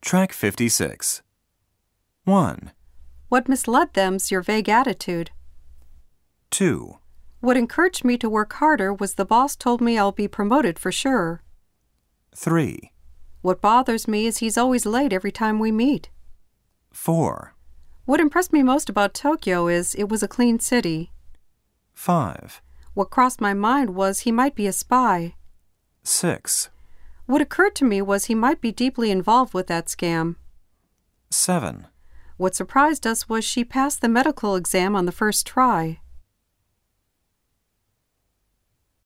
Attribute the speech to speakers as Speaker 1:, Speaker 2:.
Speaker 1: Track 56. 1,
Speaker 2: What misled them's your vague attitude.
Speaker 1: 2,
Speaker 2: What encouraged me to work harder was the boss told me I'll be promoted for sure.
Speaker 1: 3,
Speaker 2: What bothers me is he's always late every time we meet.
Speaker 1: 4,
Speaker 2: What impressed me most about Tokyo is it was a clean city.
Speaker 1: 5,
Speaker 2: What crossed my mind was he might be a spy.
Speaker 1: 6,
Speaker 2: What occurred to me was he might be deeply involved with that scam.
Speaker 1: 7,
Speaker 2: What surprised us was she passed the medical exam on the first try.